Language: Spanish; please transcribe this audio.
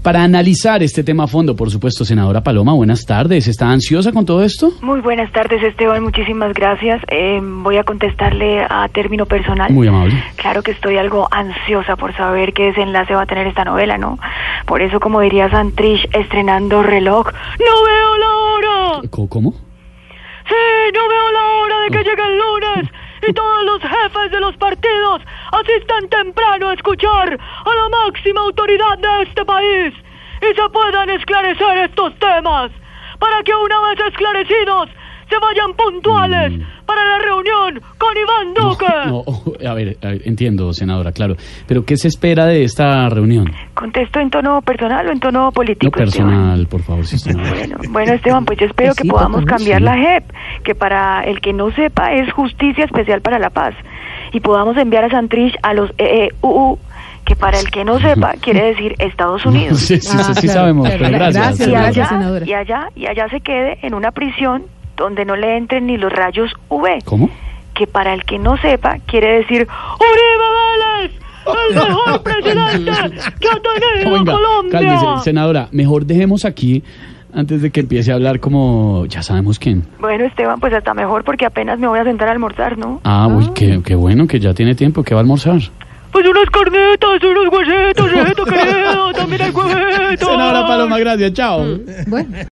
Para analizar este tema a fondo, por supuesto, senadora Paloma, buenas tardes. ¿Está ansiosa con todo esto? Muy buenas tardes, Esteban. Muchísimas gracias. Eh, voy a contestarle a término personal. Muy amable. Claro que estoy algo ansiosa por saber qué desenlace va a tener esta novela, ¿no? Por eso, como diría Santrich, estrenando reloj, ¡no veo la hora! ¿Co- ¿Cómo? ¡Sí, ¡Eh! no veo la hora de que llegue el lunes! Y todos los jefes de los partidos asistan temprano a escuchar a la máxima autoridad de este país y se puedan esclarecer estos temas para que una vez esclarecidos se vayan puntuales para la reunión con Iván Duque. Mm. No, a ver, a ver, entiendo, senadora, claro. Pero ¿qué se espera de esta reunión? ¿Contesto en tono personal o en tono No político? personal, por favor, si usted no- Bueno, bueno, Esteban, pues yo espero Sí, que podamos por favor, cambiar sí. la JEP, que para el que no sepa es Justicia Especial para la Paz, y podamos enviar a Santrich a los E EEUU, que para el que no sepa quiere decir Estados Unidos. Sí, sí, sí, sí Ah, claro, sabemos, claro. pero gracias. Gracias, y, senadora. gracias, allá, senadora. y allá, y allá se quede en una prisión donde no le entren ni los rayos UV, ¿Cómo? que para el que no sepa quiere decir Uribe Vélez, el mejor presidente que ha tenido Venga, Colombia. cálmese, senadora, mejor dejemos aquí antes de que empiece a hablar como ya sabemos quién. Bueno, Esteban, pues hasta mejor porque apenas me voy a sentar a almorzar, ¿no? Ah, uy, qué, qué bueno que ya tiene tiempo, que va a almorzar. Pues unas carnitas, unos huesitos, viejito querido, también hay huevitos. Mm. Senadora Paloma, gracias, chao. Bueno.